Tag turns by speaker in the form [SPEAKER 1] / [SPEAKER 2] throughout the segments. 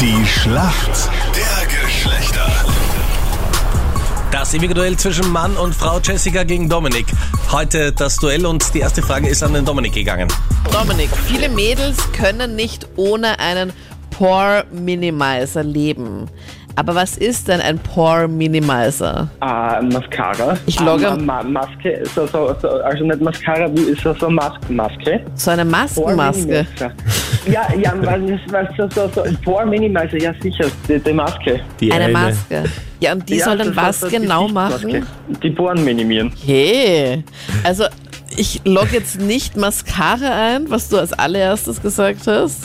[SPEAKER 1] Die Schlacht der Geschlechter.
[SPEAKER 2] Das ewige Duell zwischen Mann und Frau Jessica gegen Dominik. Heute das Duell und die erste Frage ist an den Dominik gegangen.
[SPEAKER 3] Dominik, viele Mädels können nicht ohne einen Pore Minimizer leben. Aber was ist denn ein Pore Minimizer?
[SPEAKER 4] Ah, Mascara.
[SPEAKER 3] Ich logge-
[SPEAKER 4] Ah, Ma Ma Maske, so, so, so, also nicht Mascara, wie ist das so Mas Maske?
[SPEAKER 3] So eine
[SPEAKER 4] Pore
[SPEAKER 3] Maskenmaske.
[SPEAKER 4] Minimizer. Ja, ja, was ist, was ist so, so, Pore Minimizer, ja sicher, die, die Maske.
[SPEAKER 5] Die
[SPEAKER 3] Eine Maske. Ja, und die
[SPEAKER 4] ja,
[SPEAKER 3] soll dann
[SPEAKER 4] das-
[SPEAKER 3] was
[SPEAKER 4] das- das
[SPEAKER 3] genau
[SPEAKER 4] Gesichtsmaske.
[SPEAKER 3] machen?
[SPEAKER 4] Die Poren minimieren.
[SPEAKER 3] Hey, also ich logge jetzt nicht Mascara ein, was du als allererstes gesagt hast.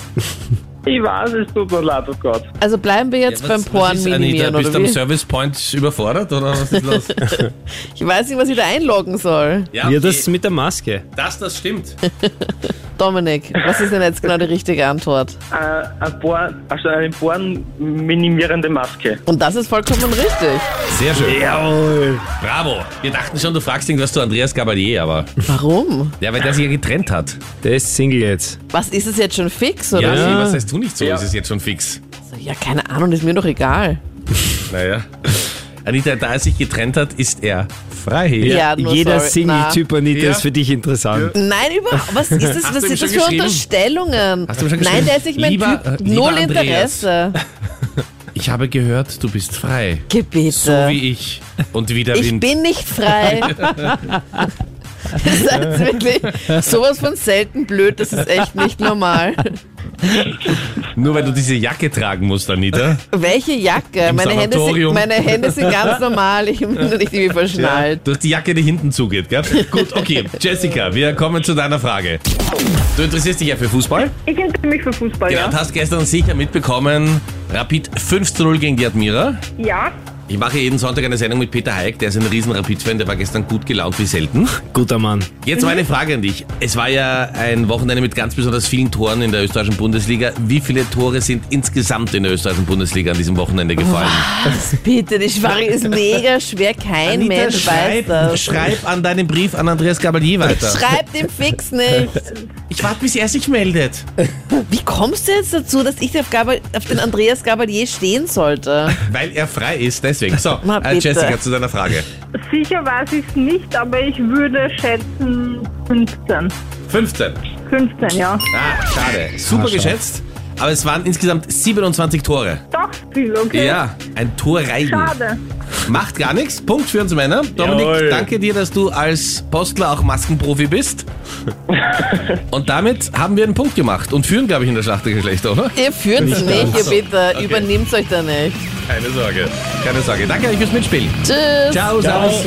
[SPEAKER 4] Ich weiß, es tut mir leid, oh Gott.
[SPEAKER 3] Also bleiben wir jetzt beim Poren minimieren,
[SPEAKER 2] Bist
[SPEAKER 3] oder
[SPEAKER 2] du am
[SPEAKER 3] wie?
[SPEAKER 2] Service Point überfordert oder was ist los?
[SPEAKER 3] Ich weiß nicht, was ich da einloggen soll.
[SPEAKER 5] Ja, das mit der Maske.
[SPEAKER 2] das, das stimmt.
[SPEAKER 3] Dominik, was ist denn jetzt genau die richtige Antwort?
[SPEAKER 4] Äh, ein Pore, also eine Poren minimierende Maske.
[SPEAKER 3] Und das ist vollkommen richtig.
[SPEAKER 2] Sehr schön. Bravo. Wir dachten schon, du fragst irgendwas zu Andreas Gabalier, aber.
[SPEAKER 3] Warum?
[SPEAKER 2] Ja, weil der sich ja getrennt hat.
[SPEAKER 5] Der ist Single jetzt.
[SPEAKER 3] Was ist es jetzt schon fix oder?
[SPEAKER 2] Ja, was heißt du nicht so?
[SPEAKER 4] Ja.
[SPEAKER 2] Ist es jetzt schon fix?
[SPEAKER 3] So, ja, keine Ahnung, ist mir doch egal.
[SPEAKER 2] Naja. Anita, da er sich getrennt hat, ist er frei.
[SPEAKER 3] Ja, nur
[SPEAKER 5] Jeder
[SPEAKER 3] sorry.
[SPEAKER 5] Single-Typ, Anita,
[SPEAKER 2] Ja.
[SPEAKER 5] ist für dich interessant.
[SPEAKER 3] Nein, überhaupt. Was ist das,
[SPEAKER 2] Hast
[SPEAKER 3] was
[SPEAKER 2] du ihm
[SPEAKER 3] sind
[SPEAKER 2] schon
[SPEAKER 3] das für
[SPEAKER 2] geschrieben?
[SPEAKER 3] Unterstellungen?
[SPEAKER 2] Hast du ihm schon
[SPEAKER 3] Nein,
[SPEAKER 2] geschrieben?
[SPEAKER 3] der ist nicht mein
[SPEAKER 2] Lieber, äh,
[SPEAKER 3] Typ.
[SPEAKER 2] lieber
[SPEAKER 3] Null
[SPEAKER 2] Andreas.
[SPEAKER 3] Interesse.
[SPEAKER 2] Ich habe gehört, du bist frei.
[SPEAKER 3] Gebete.
[SPEAKER 2] So wie ich. Und wie der
[SPEAKER 3] ich
[SPEAKER 2] Wind.
[SPEAKER 3] bin nicht frei. Das ist jetzt wirklich sowas von selten blöd, das ist echt nicht normal.
[SPEAKER 2] Nur weil du diese Jacke tragen musst, Anita.
[SPEAKER 3] Welche Jacke?
[SPEAKER 2] Im
[SPEAKER 3] Meine Hände, sind,
[SPEAKER 2] Sanatorium.
[SPEAKER 3] meine Hände sind ganz normal, ich bin nur nicht irgendwie verschnallt.
[SPEAKER 2] Du hast die Jacke, die hinten zugeht, gell? Gut, okay. Jessica, wir kommen zu deiner Frage. Du interessierst dich ja für Fußball.
[SPEAKER 6] Ich interessiere mich für Fußball,
[SPEAKER 2] Genau, und hast gestern sicher mitbekommen, Rapid 5 zu 0 gegen die Admira.
[SPEAKER 6] ja. Ja,
[SPEAKER 2] Ich mache jeden Sonntag eine Sendung mit Peter Haig, der ist ein riesen Rapid-Fan, der war gestern gut gelaunt wie selten.
[SPEAKER 5] Guter Mann.
[SPEAKER 2] Jetzt meine Frage an dich. Es war ja ein Wochenende mit ganz besonders vielen Toren in der österreichischen Bundesliga. Wie viele Tore sind insgesamt in der österreichischen Bundesliga an diesem Wochenende gefallen?
[SPEAKER 3] Bitte, die Schwari ist mega schwer, kein Mensch weiß das.
[SPEAKER 2] schreib an deinen Brief an Andreas Gabalier weiter.
[SPEAKER 3] Schreib dem fix nicht.
[SPEAKER 2] Ich warte, bis er sich meldet.
[SPEAKER 3] Wie kommst du jetzt dazu, dass ich auf, Gabal, auf den Andreas Gabalier stehen sollte?
[SPEAKER 2] Weil er frei ist, deswegen. So,
[SPEAKER 3] Na,
[SPEAKER 2] äh,
[SPEAKER 3] bitte.
[SPEAKER 2] Jessica, zu deiner Frage.
[SPEAKER 6] sicher weiß ich es nicht, aber ich würde schätzen 15.
[SPEAKER 2] 15.
[SPEAKER 6] 15, ja.
[SPEAKER 2] Ah, schade. Super geschätzt. Aber es waren insgesamt 27 Tore.
[SPEAKER 6] Doch viel, okay.
[SPEAKER 2] Ja, ein Torreigen.
[SPEAKER 6] Schade.
[SPEAKER 2] Macht gar nichts. Punkt für uns Männer. Dominik,
[SPEAKER 5] Jawohl.
[SPEAKER 2] danke dir, dass du als Postler auch Maskenprofi bist. Und damit haben wir einen Punkt gemacht und führen, glaube ich, in der Schlacht der Geschlechter, oder?
[SPEAKER 3] Ihr führt nicht, ihr bitte. Übernehmt euch da nicht.
[SPEAKER 2] Keine Sorge. Keine Sorge. Danke euch fürs Mitspielen.
[SPEAKER 3] Tschüss.
[SPEAKER 2] Ciao, Servus.